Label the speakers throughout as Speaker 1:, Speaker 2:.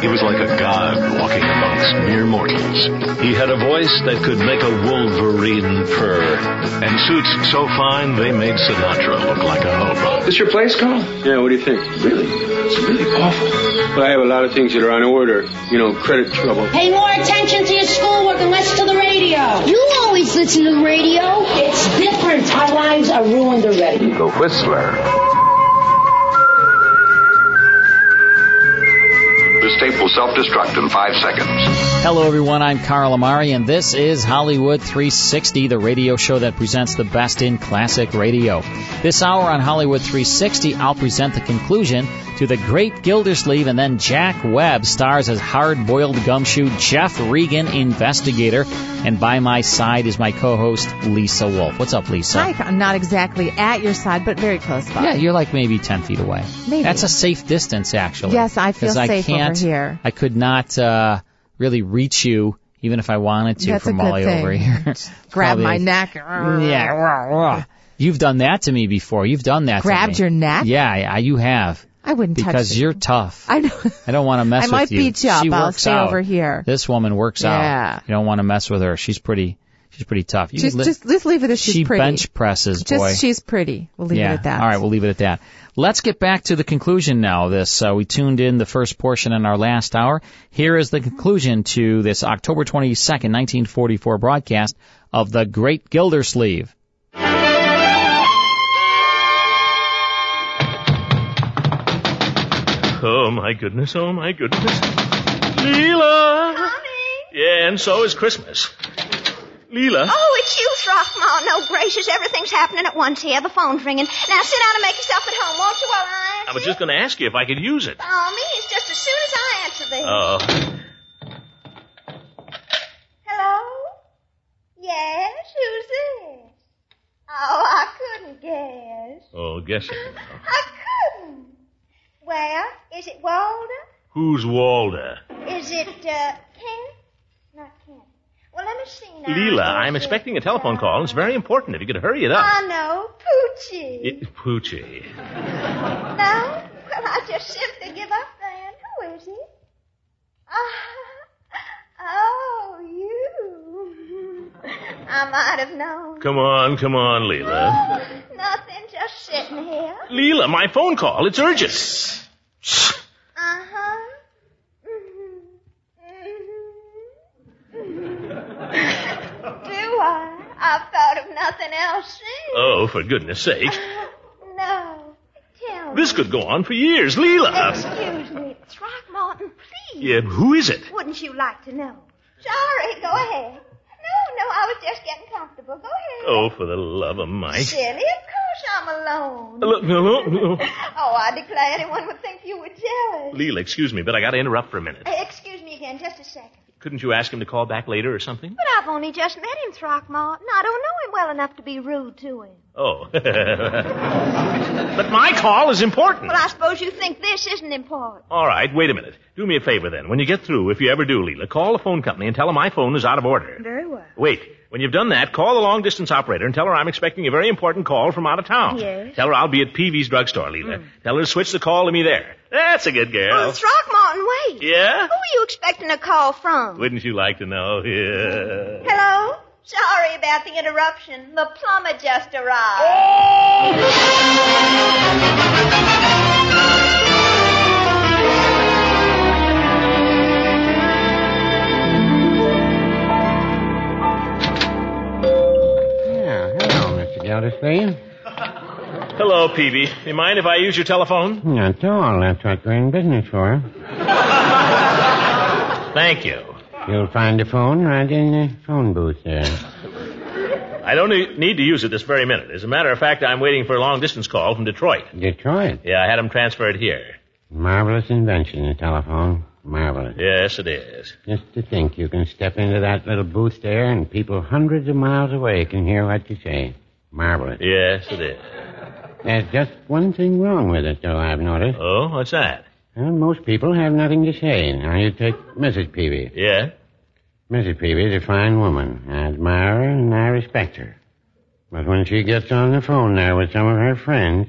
Speaker 1: He was like a god walking amongst mere mortals. He had a voice that could make a wolverine purr, and suits so fine they made Sinatra look like a hobo.
Speaker 2: This your place, Carl?
Speaker 3: Yeah, what do you think?
Speaker 2: Really? It's really awful.
Speaker 3: Well, I have a lot of things that are on order. You know, credit trouble.
Speaker 4: Pay more attention to your schoolwork and less to the radio.
Speaker 5: You always listen to the radio.
Speaker 4: It's different. Our lives are ruined already.
Speaker 6: The Whistler.
Speaker 7: This tape will self-destruct in five seconds.
Speaker 8: Hello, everyone. I'm Carl Amari, and this is Hollywood 360, the radio show that presents the best in classic radio. This hour on Hollywood 360, I'll present the conclusion to The Great Gildersleeve, and then Jack Webb stars as hard boiled gumshoe Jeff Regan, investigator. And by my side is my co host, Lisa Wolf. What's up, Lisa?
Speaker 9: Hi, I'm not exactly at your side, but very close by.
Speaker 8: Yeah, you're like maybe 10 feet away.
Speaker 9: Maybe.
Speaker 8: That's a safe distance, actually.
Speaker 9: Yes, I feel
Speaker 8: 'Cause
Speaker 9: safe
Speaker 8: I
Speaker 9: over
Speaker 8: can't,
Speaker 9: here.
Speaker 8: I could not uh, really reach you, even if I wanted to,
Speaker 9: That's a
Speaker 8: from
Speaker 9: good
Speaker 8: all the way
Speaker 9: thing.
Speaker 8: over here.
Speaker 9: Grab
Speaker 8: Probably-
Speaker 9: my neck.
Speaker 8: Yeah. rah, rah. You've done that to me before. You've done that.
Speaker 9: Grabbed
Speaker 8: to me.
Speaker 9: your neck?
Speaker 8: Yeah, I, I- you have.
Speaker 9: I wouldn't touch
Speaker 8: Because
Speaker 9: you.
Speaker 8: you're tough.
Speaker 9: I know.
Speaker 8: I don't want to mess
Speaker 9: I
Speaker 8: with
Speaker 9: might
Speaker 8: you.
Speaker 9: beat you up.
Speaker 8: She
Speaker 9: I'll
Speaker 8: works
Speaker 9: stay
Speaker 8: out.
Speaker 9: over here.
Speaker 8: This woman works out.
Speaker 9: Yeah.
Speaker 8: You don't want to mess with her. She's pretty. She's pretty tough. You
Speaker 9: Just,
Speaker 8: li-
Speaker 9: just, just leave it as she's
Speaker 8: she
Speaker 9: pretty.
Speaker 8: bench presses,
Speaker 9: just
Speaker 8: boy.
Speaker 9: she's pretty. We'll leave
Speaker 8: yeah.
Speaker 9: it at that.
Speaker 8: All right, we'll leave it at that. Let's get back to the conclusion now. of This uh, we tuned in the first portion in our last hour. Here is the conclusion to this October twenty second, nineteen forty four broadcast of the Great Gildersleeve.
Speaker 1: Oh my goodness, oh my goodness. Leela! Yeah, and so is Christmas. Leela.
Speaker 10: Oh, it's you, Throckmorton. Oh, gracious, everything's happening at once here. The phone's ringing. Now sit down and make yourself at home, won't you, while I
Speaker 1: I
Speaker 10: answer?
Speaker 1: was just going to ask you if I could use it.
Speaker 10: Oh, me, it's just as soon as I answer this.
Speaker 1: Oh.
Speaker 10: Hello? Yes, who's this? Oh, I couldn't guess.
Speaker 1: Oh, guess it.
Speaker 10: I couldn't. Well, is it Walter?
Speaker 1: Who's Walda?
Speaker 10: Is it, uh, Kent? Not Kent. Well, let me see now.
Speaker 1: Leela, I'm
Speaker 10: Is it,
Speaker 1: expecting a telephone call. and It's very important. If you could hurry it up.
Speaker 10: I know, Poochie.
Speaker 1: It, Poochie.
Speaker 10: No? Well, I just simply give up then. Who is he? Ah, oh, you. I might have known.
Speaker 1: Come on, come on, Leela.
Speaker 10: Nothing, just sitting here.
Speaker 1: Leela, my phone call. It's urgent.
Speaker 10: Uh huh. Mhm. Mhm. Mm-hmm. Do I? I've thought of nothing else since.
Speaker 1: Oh, for goodness sake.
Speaker 10: No. Tell me.
Speaker 1: This could go on for years. Leela.
Speaker 10: Excuse me. Throckmorton, please.
Speaker 1: Yeah, who is it?
Speaker 10: Wouldn't you like to know? Sorry, go ahead. No, no, I was just getting comfortable. Go ahead.
Speaker 1: Oh, for the love of Mike.
Speaker 10: Silly, of course I'm alone.
Speaker 1: Look, no, no, no.
Speaker 10: Oh, I declare anyone would think you were jealous.
Speaker 1: Leela, excuse me, but I gotta interrupt for a minute.
Speaker 10: Eh, Excuse me again, just a second.
Speaker 1: Couldn't you ask him to call back later or something?
Speaker 10: But I've only just met him, Throckmorton. I don't know him well enough to be rude to him.
Speaker 1: Oh. but my call is important.
Speaker 10: Well, I suppose you think this isn't important.
Speaker 1: All right, wait a minute. Do me a favor then. When you get through, if you ever do, Leela, call the phone company and tell them my phone is out of order.
Speaker 10: Very well.
Speaker 1: Wait. When you've done that, call the long distance operator and tell her I'm expecting a very important call from out of town.
Speaker 10: Yes.
Speaker 1: Tell her I'll be at Peavy's drugstore, Leela. Tell her to switch the call to me there. That's a good
Speaker 10: Oh,
Speaker 1: girl.
Speaker 10: Throckmorton, wait.
Speaker 1: yeah?
Speaker 10: Who are you expecting a call from?
Speaker 1: Wouldn't you like to know? Yeah.
Speaker 10: Hello? Sorry about the interruption. The plumber just arrived.
Speaker 11: Yeah, hello, Mr. Gildersleeve.
Speaker 1: Hello, Peavy. You mind if I use your telephone?
Speaker 11: Not at all. That's what we're in business for.
Speaker 1: Thank you.
Speaker 11: You'll find a phone right in the phone booth there.
Speaker 1: I don't e- need to use it this very minute. As a matter of fact, I'm waiting for a long distance call from Detroit.
Speaker 11: Detroit.
Speaker 1: Yeah, I had him transferred here.
Speaker 11: Marvelous invention, the telephone. Marvelous.
Speaker 1: Yes, it is.
Speaker 11: Just to think you can step into that little booth there and people hundreds of miles away can hear what you say. Marvelous.
Speaker 1: Yes, it is.
Speaker 11: There's just one thing wrong with it, though, I've noticed.
Speaker 1: Oh, what's that?
Speaker 11: Well, most people have nothing to say. Now, you take Mrs. Peavy.
Speaker 1: Yeah?
Speaker 11: Mrs. Peavy's a fine woman. I admire her and I respect her. But when she gets on the phone there with some of her friends,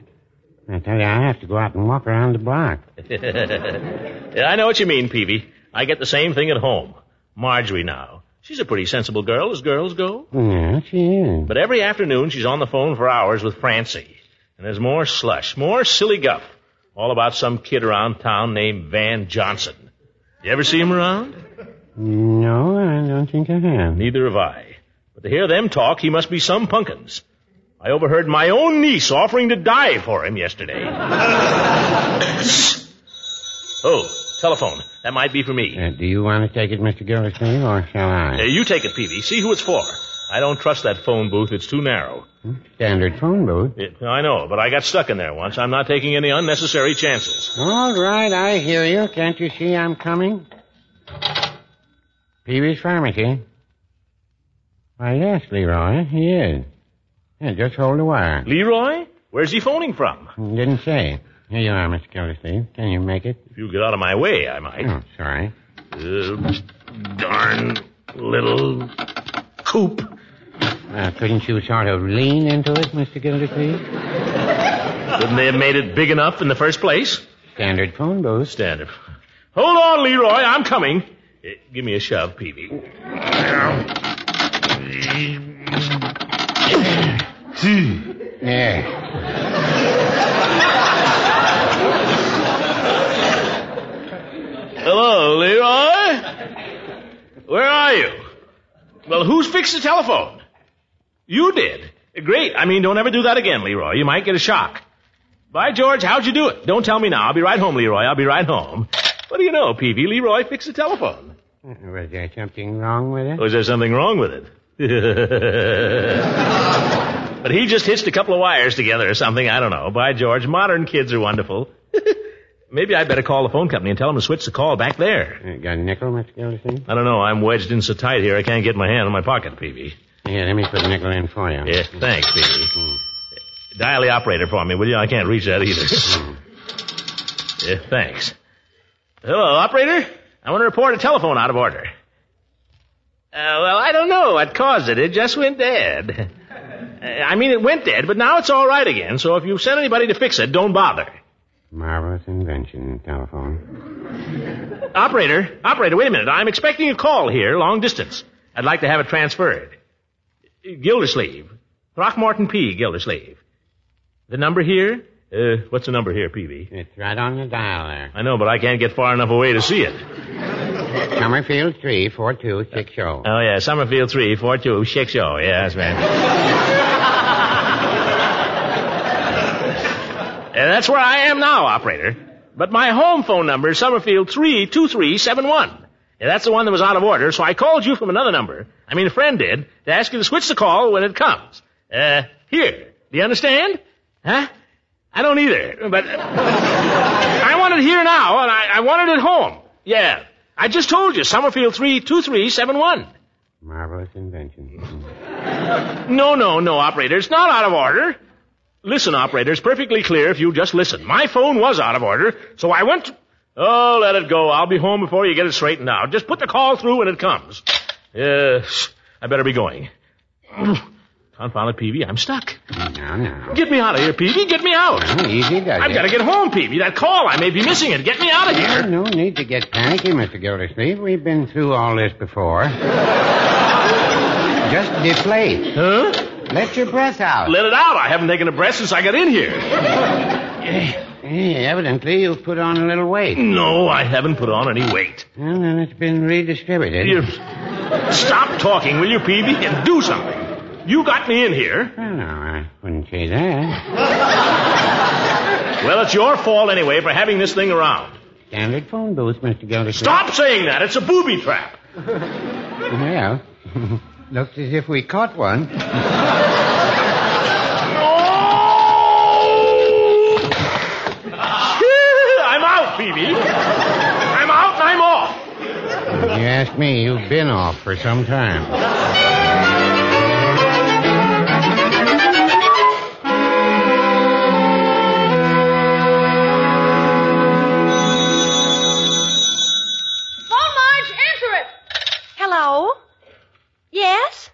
Speaker 11: I tell you, I have to go out and walk around the block.
Speaker 1: yeah, I know what you mean, Peavy. I get the same thing at home. Marjorie now. She's a pretty sensible girl as girls go.
Speaker 11: Yeah, she is.
Speaker 1: But every afternoon she's on the phone for hours with Francie. And there's more slush, more silly guff. All about some kid around town named Van Johnson. You ever see him around?
Speaker 11: No, I don't think I have.
Speaker 1: Neither have I. But to hear them talk, he must be some punkins. I overheard my own niece offering to die for him yesterday. oh, telephone. That might be for me.
Speaker 11: Uh, do you want to take it, Mr. Gildersleeve, or shall I?
Speaker 1: Uh, you take it, Peavy. See who it's for. I don't trust that phone booth. It's too narrow.
Speaker 11: Hmm? Standard phone booth.
Speaker 1: It, I know, but I got stuck in there once. I'm not taking any unnecessary chances.
Speaker 11: All right, I hear you. Can't you see I'm coming? Peavy's Pharmacy. Why, yes, Leroy, he is. Yeah, just hold the wire.
Speaker 1: Leroy? Where's he phoning from?
Speaker 11: Didn't say. Here you are, Mr. Gildersleeve. Can you make it?
Speaker 1: If you get out of my way, I might.
Speaker 11: Oh, sorry.
Speaker 1: Uh, darn little coop.
Speaker 11: Uh, couldn't you sort of lean into it, Mr. Gildersleeve?
Speaker 1: Couldn't they have made it big enough in the first place?
Speaker 11: Standard phone booth.
Speaker 1: Standard. Hold on, Leroy. I'm coming. Uh, give me a shove, Peavy.
Speaker 11: Yeah.
Speaker 1: Hello, Leroy. Where are you? Well, who's fixed the telephone? You did. Great. I mean, don't ever do that again, Leroy. You might get a shock. By George, how'd you do it? Don't tell me now. I'll be right home, Leroy. I'll be right home. What do you know, Peavy? Leroy fixed the telephone.
Speaker 11: Was there something wrong with it?
Speaker 1: Was there something wrong with it? but he just hitched a couple of wires together or something. I don't know. By George, modern kids are wonderful. Maybe I'd better call the phone company and tell them to switch the call back there.
Speaker 11: Uh, got a nickel, Mr. Gildersleeve?
Speaker 1: I don't know. I'm wedged in so tight here I can't get my hand in my pocket, Peavy.
Speaker 11: Here, let me put a nickel in for you. Hmm.
Speaker 1: Yeah, thanks, Peavy. Dial the operator for me, will you? I can't reach that either. yeah, thanks. Hello, operator. I want to report a telephone out of order. Uh, well, I don't know what caused it. It just went dead. Uh, I mean, it went dead, but now it's all right again. So if you send anybody to fix it, don't bother.
Speaker 11: Marvelous invention, telephone.
Speaker 1: Operator, operator, wait a minute. I'm expecting a call here, long distance. I'd like to have it transferred. Gildersleeve. Throckmorton P. Gildersleeve. The number here? Uh, what's the number here, PV?
Speaker 11: It's right on the dial there.
Speaker 1: I know, but I can't get far enough away to see it.
Speaker 11: Summerfield 34260.
Speaker 1: Oh, yeah, Summerfield 3, 4, 2, 6, oh, yes, man. And that's where I am now, operator. But my home phone number is Summerfield 32371. Yeah, that's the one that was out of order, so I called you from another number. I mean, a friend did, to ask you to switch the call when it comes. Uh, here. Do you understand? Huh? I don't either, but I want it here now, and I, I want it at home. Yeah. I just told you, Summerfield 32371.
Speaker 11: Marvelous invention.
Speaker 1: No, no, no, operator. It's not out of order. Listen, operator, it's perfectly clear if you just listen. My phone was out of order, so I went. Oh, let it go. I'll be home before you get it straightened out. Just put the call through when it comes. Yes, I better be going. Confound it, Peavy. I'm stuck.
Speaker 11: No, no.
Speaker 1: Get me out of here, Peavy. Get me out.
Speaker 11: Well, easy does
Speaker 1: I've
Speaker 11: it.
Speaker 1: got to get home, Peavy. That call, I may be missing it. Get me out of here.
Speaker 11: No need to get panicky, Mr. Gildersleeve. We've been through all this before. Just deflate.
Speaker 1: Huh?
Speaker 11: Let your breath out.
Speaker 1: Let it out. I haven't taken a breath since I got in here.
Speaker 11: Hey, evidently you've put on a little weight.
Speaker 1: No, I haven't put on any weight.
Speaker 11: Well, then it's been redistributed.
Speaker 1: You... Stop talking, will you, Peavy, and do something. You got me in here.
Speaker 11: Well, no, I wouldn't say that.
Speaker 1: Well, it's your fault anyway for having this thing around.
Speaker 11: Standard phone booth, Mr. Gildersleeve.
Speaker 1: Stop saying that. It's a booby trap.
Speaker 11: Well, looks as if we caught one.
Speaker 1: I'm out, Peavy. I'm out and I'm off.
Speaker 11: You ask me, you've been off for some time.
Speaker 10: Phone, Marge, answer it. Hello? Yes?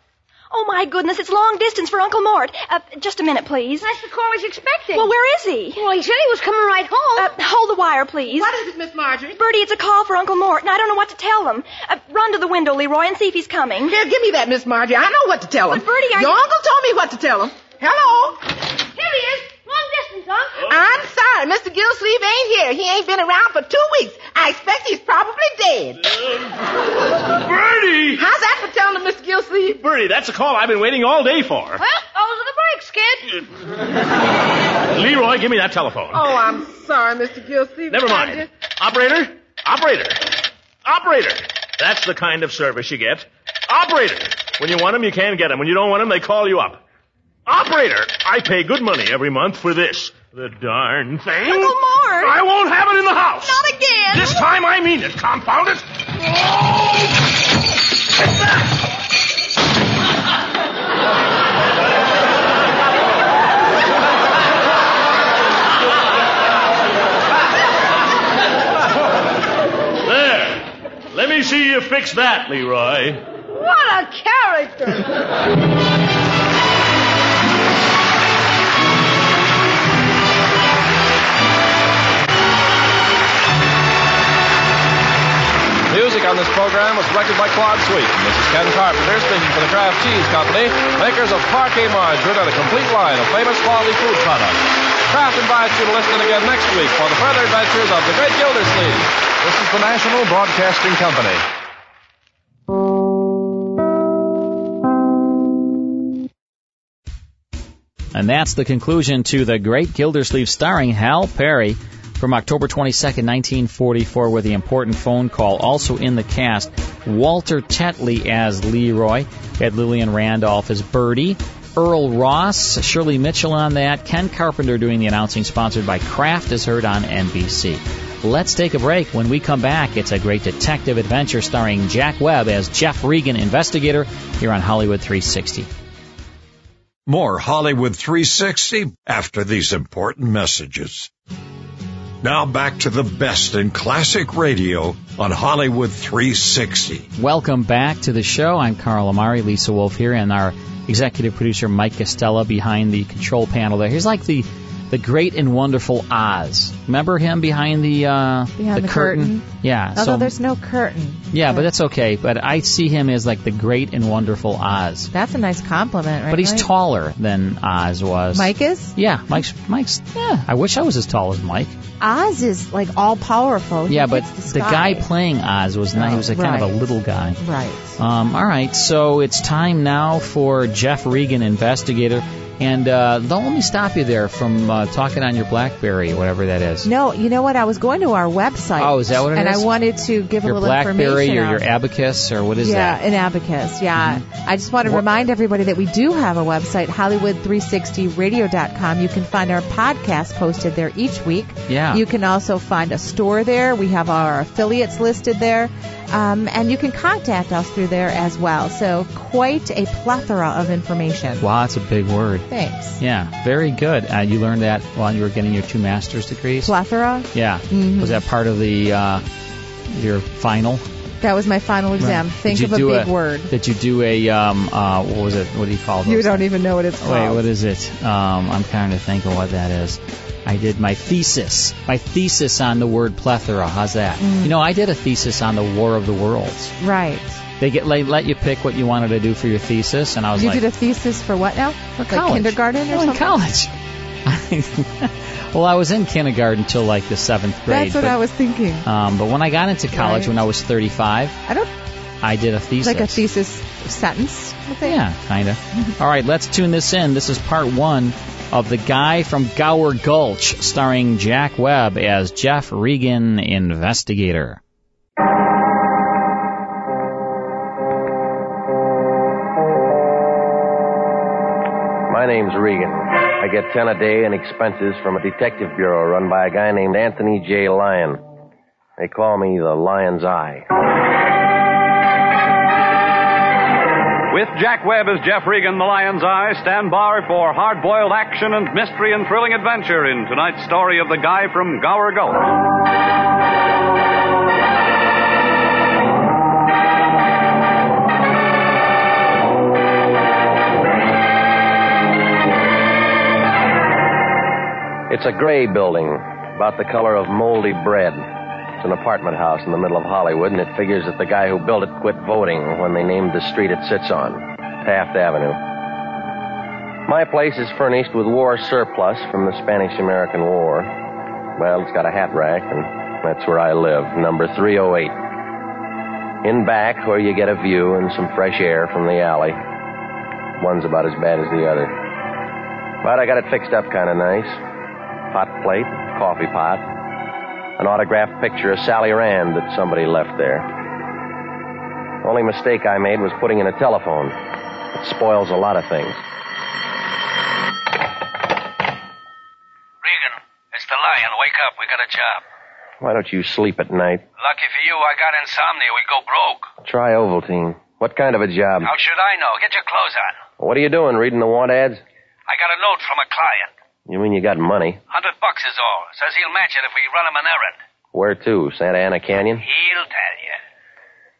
Speaker 10: Oh, my goodness, it's long distance for Uncle Mort. Uh, just a minute, please.
Speaker 12: That's the call he's expecting.
Speaker 10: Well, where is he?
Speaker 12: Well, he said he was coming right home.
Speaker 10: Uh, hold the wire, please.
Speaker 12: What is it, Miss Marjorie?
Speaker 10: Bertie, it's a call for Uncle Mort, and I don't know what to tell them. Uh, run to the window, Leroy, and see if he's coming.
Speaker 12: Here, give me that, Miss Marjorie. I know what to tell him.
Speaker 10: But Bertie, I...
Speaker 12: Your uncle told me what to tell him. Hello?
Speaker 13: Here he is. Long distance, Uncle.
Speaker 12: I'm sorry. Mr. Gillsleeve ain't here. He ain't been around for two weeks. I expect he's probably dead.
Speaker 1: Uh, Bertie!
Speaker 12: How's that for telling him, Mr. Gillsleeve?
Speaker 1: Bertie, that's a call I've been waiting all day for.
Speaker 13: Well, those are the brakes,
Speaker 1: kid. Leroy, give me that telephone.
Speaker 12: Oh, I'm sorry, Mr. Gillsleeve.
Speaker 1: Never mind. Just... Operator? Operator? Operator! That's the kind of service you get. Operator! When you want them, you can get them. When you don't want them, they call you up. Operator, I pay good money every month for this. The darn thing.
Speaker 10: Uncle Mort!
Speaker 1: I won't have it in the house!
Speaker 10: Not again!
Speaker 1: This time I mean it, confound it! there. Let me see you fix that, Leroy.
Speaker 12: What a character!
Speaker 14: Music on this program was directed by Claude Sweet. This is Ken Carpenter speaking for the Kraft Cheese Company, makers of parquet margarine and a complete line of famous quality food products. Kraft invites you to listen again next week for the further adventures of the great Gildersleeve. This is the National Broadcasting Company.
Speaker 8: And that's the conclusion to The Great Gildersleeve starring Hal Perry from October 22, 1944, with the important phone call. Also in the cast, Walter Tetley as Leroy, had Lillian Randolph as Birdie, Earl Ross, Shirley Mitchell on that, Ken Carpenter doing the announcing, sponsored by Kraft, is heard on NBC. Let's take a break. When we come back, it's a great detective adventure starring Jack Webb as Jeff Regan, investigator, here on Hollywood 360.
Speaker 15: More Hollywood 360 after these important messages. Now back to the best in classic radio on Hollywood 360.
Speaker 8: Welcome back to the show. I'm Carl Amari, Lisa Wolf here, and our executive producer Mike Costella behind the control panel there. He's like the the great and wonderful Oz. Remember him behind the uh,
Speaker 9: behind
Speaker 8: the, the curtain?
Speaker 9: curtain?
Speaker 8: Yeah.
Speaker 9: Although so, there's no curtain.
Speaker 8: Yeah, but that's okay. But I see him as like the great and wonderful Oz.
Speaker 9: That's a nice compliment, right?
Speaker 8: But he's
Speaker 9: Mike?
Speaker 8: taller than Oz was.
Speaker 9: Mike is?
Speaker 8: Yeah, Mike's. Mike's. Yeah, I wish I was as tall as Mike.
Speaker 9: Oz is like all powerful. He
Speaker 8: yeah, but
Speaker 9: the,
Speaker 8: the, guy playing Oz was not. He was a kind
Speaker 9: right.
Speaker 8: of a little guy.
Speaker 9: Right.
Speaker 8: Um, all right. So it's time now for Jeff Regan, investigator. And uh, don't let me stop you there from uh, talking on your BlackBerry, whatever that is.
Speaker 9: No, you know what? I was going to our website.
Speaker 8: Oh, is that what it
Speaker 9: and
Speaker 8: is?
Speaker 9: I wanted to give
Speaker 8: your
Speaker 9: a little
Speaker 8: BlackBerry
Speaker 9: information.
Speaker 8: or your abacus or what is
Speaker 9: yeah,
Speaker 8: that?
Speaker 9: Yeah, an abacus. Yeah. Mm-hmm. I just want to what? remind everybody that we do have a website, Hollywood360radio.com. You can find our podcast posted there each week.
Speaker 8: Yeah.
Speaker 9: You can also find a store there. We have our affiliates listed there. Um, and you can contact us through there as well. So quite a plethora of information.
Speaker 8: Wow, that's a big word.
Speaker 9: Thanks.
Speaker 8: Yeah, very good. Uh, you learned that while you were getting your two master's degrees.
Speaker 9: Plethora.
Speaker 8: Yeah. Mm-hmm. Was that part of the uh, your final?
Speaker 9: Mm-hmm. That was my final exam. Right. Think of a big
Speaker 8: a,
Speaker 9: word.
Speaker 8: Did you do a um, uh, what was it? What do you call it?
Speaker 9: You don't even know what it's called.
Speaker 8: Wait, what is it? Um, I'm trying to think of what that is. I did my thesis, my thesis on the word plethora. How's that? Mm. You know, I did a thesis on the War of the Worlds.
Speaker 9: Right.
Speaker 8: They get they let you pick what you wanted to do for your thesis, and I was
Speaker 9: you
Speaker 8: like,
Speaker 9: did a thesis for what now?
Speaker 8: For
Speaker 9: like
Speaker 8: college.
Speaker 9: kindergarten or
Speaker 8: no,
Speaker 9: something?
Speaker 8: college. well, I was in kindergarten until like the seventh grade.
Speaker 9: That's what
Speaker 8: but,
Speaker 9: I was thinking.
Speaker 8: Um, but when I got into college,
Speaker 9: Right.
Speaker 8: when I was 35,
Speaker 9: I don't
Speaker 8: I did a thesis.
Speaker 9: like a thesis sentence. I think.
Speaker 8: Yeah, kinda. All right, let's tune this in. This is part one of The Guy from Gower Gulch, starring Jack Webb as Jeff Regan, investigator.
Speaker 16: My name's Regan. I get 10 a day in expenses from a detective bureau run by a guy named Anthony J. Lyon. They call me the Lion's Eye.
Speaker 17: With Jack Webb as Jeff Regan, the Lion's Eye, stand by for hard boiled action and mystery and thrilling adventure in tonight's story of the guy from Gower Gulch.
Speaker 16: It's a gray building, about the color of moldy bread. It's an apartment house in the middle of Hollywood, and it figures that the guy who built it quit voting when they named the street it sits on, Taft Avenue. My place is furnished with war surplus from the Spanish American War. Well, it's got a hat rack, and that's where I live, number 308. In back, where you get a view and some fresh air from the alley. One's about as bad as the other. But I got it fixed up kind of nice. Hot plate, coffee pot, an autographed picture of Sally Rand that somebody left there. Only mistake I made was putting in a telephone. It spoils a lot of things.
Speaker 18: Regan, it's the lion. Wake up. We got a job.
Speaker 16: Why don't you sleep at night?
Speaker 18: Lucky for you, I got insomnia. We'd go broke.
Speaker 16: Try Ovaltine. What kind of a job?
Speaker 18: How should I know? Get your clothes on.
Speaker 16: What are you doing? Reading the want ads?
Speaker 18: I got a note from a client.
Speaker 16: You mean you got money?
Speaker 18: Hundred bucks is all. Says he'll match it if we run him an errand.
Speaker 16: Where to? Santa Ana Canyon?
Speaker 18: He'll tell you.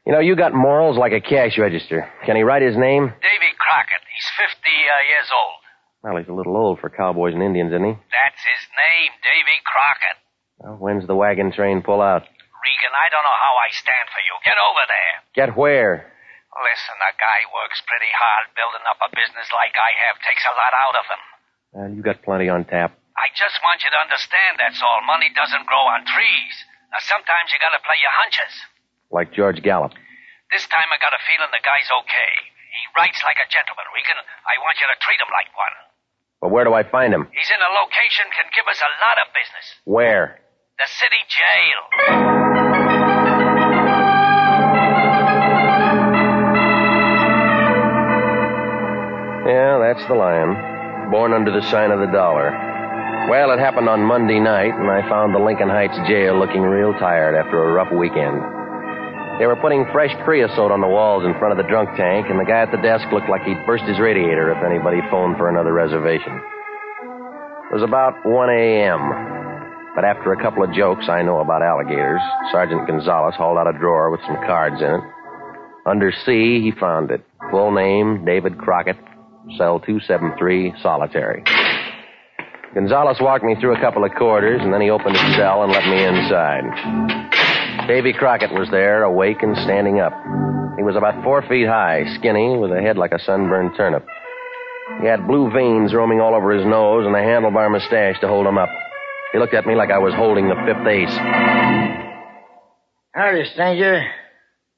Speaker 16: You know, you got morals like a cash register. Can he write his name?
Speaker 18: Davy Crockett. He's 50 uh, years old.
Speaker 16: Well, he's a little old for cowboys and Indians, isn't he?
Speaker 18: That's his name, Davy Crockett.
Speaker 16: Well, when's the wagon train pull out?
Speaker 18: Regan, I don't know how I stand for you. Get over there.
Speaker 16: Get where?
Speaker 18: Listen, a guy works pretty hard building up a business like I have. Takes a lot out of him.
Speaker 16: Well, you got plenty on tap.
Speaker 18: I just want you to understand that's all. Money doesn't grow on trees. Now, sometimes you gotta play your hunches.
Speaker 16: Like George Gallup.
Speaker 18: This time I got a feeling the guy's okay. He writes like a gentleman, Regan. I want you to treat him like one.
Speaker 16: But where do I find him?
Speaker 18: He's in a location can give us a lot of business.
Speaker 16: Where?
Speaker 18: The city jail.
Speaker 16: Yeah, that's the lion. Born under the sign of the dollar. Well, it happened on Monday night, and I found the Lincoln Heights jail looking real tired after a rough weekend. They were putting fresh creosote on the walls in front of the drunk tank, and the guy at the desk looked like he'd burst his radiator if anybody phoned for another reservation. It was about 1 a.m. But after a couple of jokes I know about alligators, Sergeant Gonzalez hauled out a drawer with some cards in it. Under C, he found it. Full name, David Crockett, cell 273, solitary. Gonzalez walked me through a couple of corridors, and then he opened his cell and let me inside. Davy Crockett was there, awake and standing up. He was about four feet high, skinny, with a head like a sunburned turnip. He had blue veins roaming all over his nose and a handlebar mustache to hold him up. He looked at me like I was holding the fifth ace.
Speaker 19: Howdy, stranger.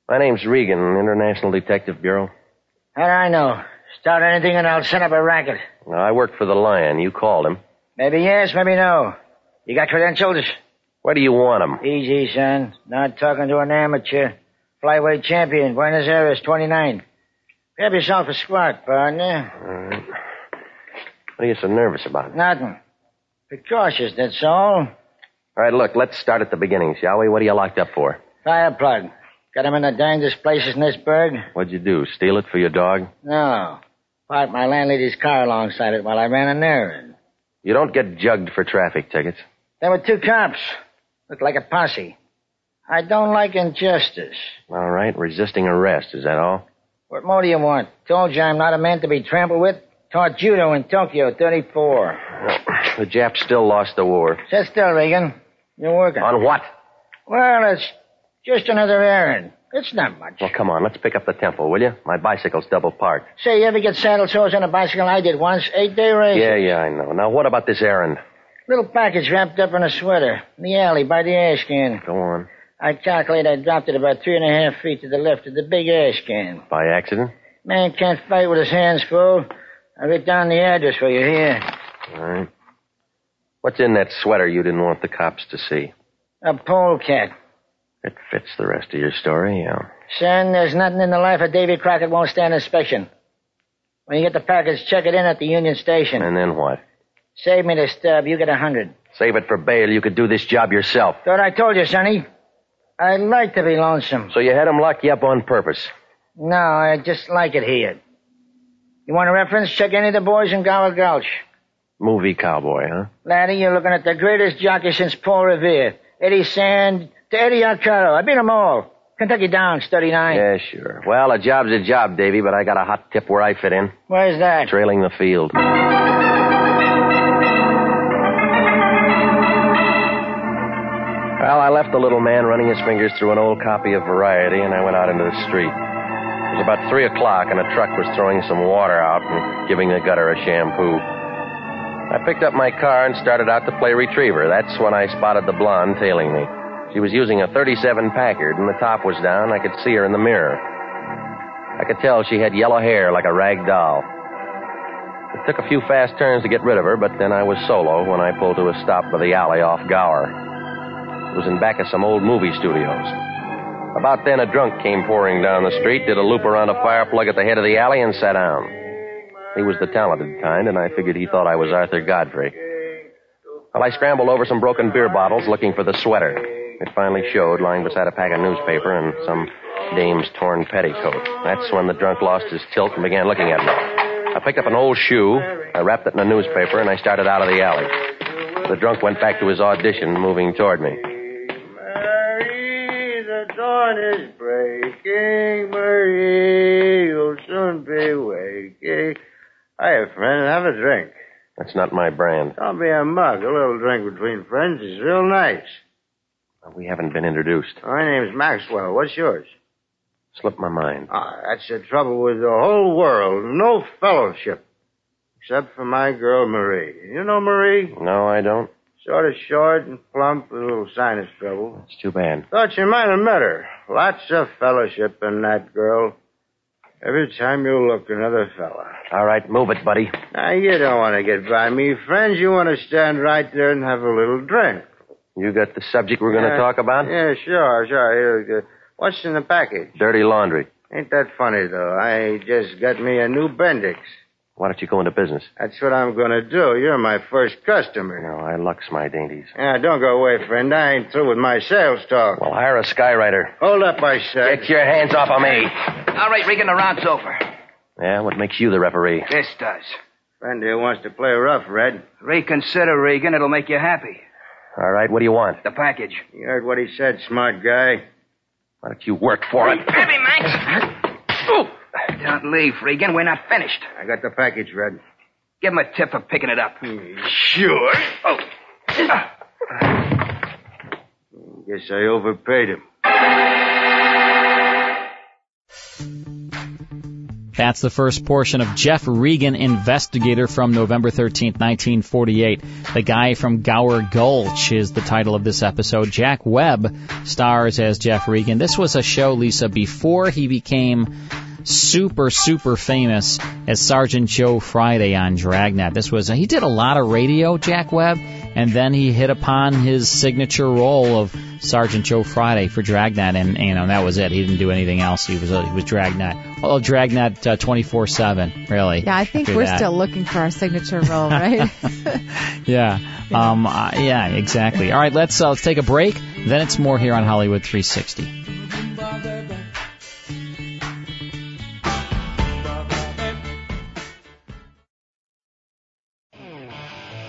Speaker 16: My name's Regan, International Detective Bureau.
Speaker 19: How do I know? Start anything and I'll set up a racket.
Speaker 16: No, I work for the Lion. You called him.
Speaker 19: Maybe yes, maybe no. You got credentials?
Speaker 16: Where do you want him?
Speaker 19: Easy, son. Not talking to an amateur. Flyweight champion, Buenos Aires, 29. Grab yourself a squat, partner.
Speaker 16: All right. What are you so nervous about?
Speaker 19: Nothing. Be cautious, that's all. All
Speaker 16: right, look, let's start at the beginning, shall we? What are you locked up for?
Speaker 19: Fire plug. Got him in the dangest places in this burg.
Speaker 16: What'd you do? Steal it for your dog?
Speaker 19: No. Parked my landlady's car alongside it while I ran an errand.
Speaker 16: You don't get jugged for traffic tickets.
Speaker 19: There were two cops. Looked like a posse. I don't like injustice.
Speaker 16: All right, resisting arrest, is that all?
Speaker 19: What more do you want? Told you I'm not a man to be trampled with. Taught judo in Tokyo, 34.
Speaker 16: The Japs still lost the war.
Speaker 19: Sit still, Regan. You're working.
Speaker 16: On what?
Speaker 19: Well, it's just another errand. It's not much.
Speaker 16: Well, come on. Let's pick up the tempo, will you? My bicycle's double parked.
Speaker 19: Say, you ever get saddle sores on a bicycle? I did once. Eight day race.
Speaker 16: Yeah, yeah, I know. Now, what about this errand?
Speaker 19: Little package wrapped up in a sweater. In the alley by the ash can.
Speaker 16: Go on.
Speaker 19: I calculate I dropped it about three and a half feet to the left of the big ash can.
Speaker 16: By accident?
Speaker 19: Man can't fight with his hands full. I wrote down the address for you here.
Speaker 16: All right. What's in that sweater you didn't want the cops to see?
Speaker 19: A polecat.
Speaker 16: It fits the rest of your story, yeah.
Speaker 19: Son, there's nothing in the life of Davy Crockett won't stand inspection. When you get the package, check it in at the Union Station.
Speaker 16: And then what?
Speaker 19: Save me the stub. You get a hundred.
Speaker 16: Save it for bail. You could do this job yourself.
Speaker 19: Thought I told you, Sonny. I like to be lonesome.
Speaker 16: So you had him lock you up on purpose?
Speaker 19: No, I just like it here. You want a reference? Check any of the boys in Gower Gulch.
Speaker 16: Movie cowboy, huh?
Speaker 19: Laddie, you're looking at the greatest jockey since Paul Revere. Eddie Sand to Eddie Arcaro. I beat 'em all. Kentucky Downs, 39.
Speaker 16: Yeah, sure. Well, a job's a job, Davy, but I got a hot tip where I fit in.
Speaker 19: Where's that?
Speaker 16: Trailing the field. Well, I left the little man running his fingers through an old copy of Variety, and I went out into the street. It was about 3 o'clock, and a truck was throwing some water out and giving the gutter a shampoo. I picked up my car and started out to play retriever. That's when I spotted the blonde tailing me. She was using a 37 Packard, and the top was down. I could see her in the mirror. I could tell she had yellow hair like a rag doll. It took a few fast turns to get rid of her, but then I was solo when I pulled to a stop by the alley off Gower. It was in back of some old movie studios. About then, a drunk came pouring down the street, did a loop around a fire plug at the head of the alley, and sat down. He was the talented kind, and I figured he thought I was Arthur Godfrey. Well, I scrambled over some broken beer bottles looking for the sweater. It finally showed, lying beside a pack of newspaper and some dame's torn petticoat. That's when the drunk lost his tilt and began looking at me. I picked up an old shoe, I wrapped it in a newspaper, and I started out of the alley. The drunk went back to his audition, moving toward me.
Speaker 20: Marie, the dawn is breaking. Marie, you'll soon be waking. Hiya, friend. Have a drink.
Speaker 16: That's not my brand.
Speaker 20: Don't be a mug. A little drink between friends is real nice.
Speaker 16: We haven't been introduced.
Speaker 20: My name's Maxwell. What's yours?
Speaker 16: Slipped my mind.
Speaker 20: Ah, that's the trouble with the whole world. No fellowship. Except for my girl Marie. You know Marie?
Speaker 16: No, I don't.
Speaker 20: Sort of short and plump with a little sinus trouble.
Speaker 16: It's too bad.
Speaker 20: Thought you might have met her. Lots of fellowship in that girl. Every time you look, another fella.
Speaker 16: All right, move it, buddy.
Speaker 20: Now, you don't want to get by me, friends. You want to stand right there and have a little drink.
Speaker 16: You got the subject we're going to
Speaker 20: Yeah.
Speaker 16: talk about?
Speaker 20: Yeah, sure, sure. Here, uh, What's in the package?
Speaker 16: Dirty laundry.
Speaker 20: Ain't that funny, though. I just got me a new Bendix.
Speaker 16: Why don't you go into business?
Speaker 20: That's what I'm going to do. You're my first customer.
Speaker 16: No, I lux my dainties.
Speaker 20: Yeah, don't go away, friend. I ain't through with my sales talk.
Speaker 16: Well, hire a skywriter.
Speaker 20: Hold up, I said.
Speaker 16: Get your hands off of me.
Speaker 21: All right, Regan, the round's over.
Speaker 16: Yeah, what makes you the referee?
Speaker 21: This does.
Speaker 20: Friend here wants to play rough, Red.
Speaker 21: Reconsider, Regan. It'll make you happy.
Speaker 16: All right, what do you want?
Speaker 21: The package.
Speaker 20: You heard what he said, smart guy.
Speaker 16: Why don't you work for it?
Speaker 21: Grab him, Max. Oh! Don't leave, Regan. We're not finished.
Speaker 20: I got the package, Red. Hmm.
Speaker 21: Give him a tip for picking it up.
Speaker 20: Sure.
Speaker 21: Oh.
Speaker 20: Guess I overpaid him.
Speaker 8: That's the first portion of Jeff Regan, Investigator from November 13, 1948. The guy from Gower Gulch is the title of this episode. Jack Webb stars as Jeff Regan. This was a show, Lisa, before he became super, super famous as Sergeant Joe Friday on Dragnet. This was, he did a lot of radio, Jack Webb, and then he hit upon his signature role of Sergeant Joe Friday for Dragnet, and, you know, that was it. He didn't do anything else. He was, uh, he was Dragnet. Well, Dragnet uh, 24-7, really.
Speaker 9: Yeah, I think
Speaker 8: After
Speaker 9: we're
Speaker 8: that.
Speaker 9: still looking for our signature role, right?
Speaker 8: Yeah. Um, uh, yeah, exactly. All right, let's, uh, let's take a break. Then it's more here on Hollywood 360.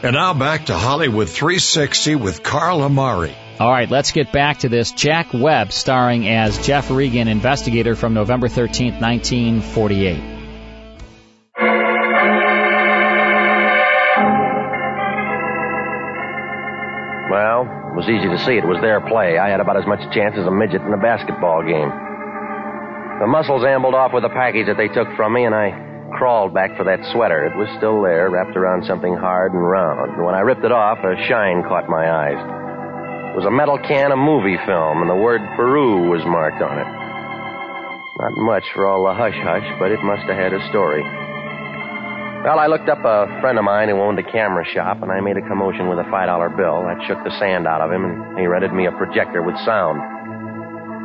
Speaker 15: And now back to Hollywood 360 with Carl Amari.
Speaker 8: All right, let's get back to this. Jack Webb, starring as Jeff Regan, investigator from November 13th, 1948.
Speaker 16: Well, it was easy to see. It was their play. I had about as much chance as a midget in a basketball game. The muscles ambled off with the package that they took from me, and I crawled back for that sweater. It was still there, wrapped around something hard and round. And when I ripped it off, a shine caught my eyes. It was a metal can of movie film, and the word Peru was marked on it. Not much for all the hush hush, but it must have had a story. Well, I looked up a friend of mine who owned a camera shop, and I made a commotion with a $5 bill. That shook the sand out of him, and he rented me a projector with sound.